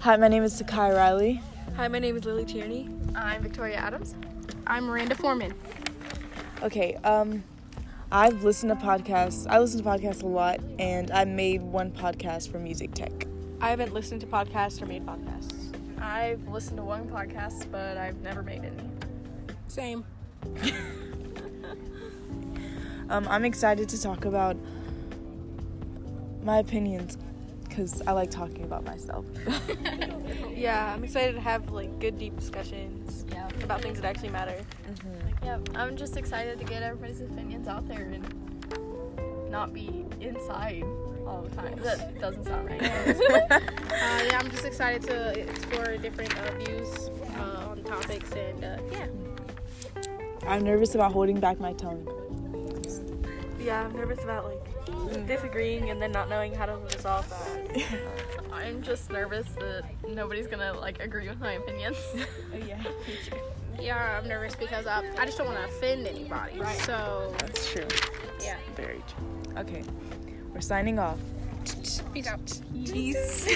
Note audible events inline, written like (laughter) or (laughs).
Hi, my name is Sakai Riley. Hi, my name is Lily Tierney. I'm Victoria Adams. I'm Miranda Foreman. Okay, um, I've listened to podcasts. I listen to podcasts a lot, and I made one podcast for music tech. I haven't listened to podcasts or made podcasts. I've listened to one podcast, but I've never made any. Same. Um, I'm excited to talk about my opinions because I like talking about myself. Yeah, I'm excited to have like good deep discussions Yeah. about things that actually matter. Yep. I'm just excited to get everybody's opinions out there and not be inside all the time. That doesn't sound (laughs) right. Uh, yeah, I'm just excited to explore different uh, views uh, on topics and uh, yeah. I'm nervous about holding back my tongue. Yeah, I'm nervous about like disagreeing and then not knowing how to resolve that. I'm just nervous that nobody's gonna like agree with my opinions. (laughs) Oh, Yeah, I'm nervous because I, I just don't want to offend anybody. Right. So That's true. yeah. Very true. Okay, we're signing off. Peace out. Peace.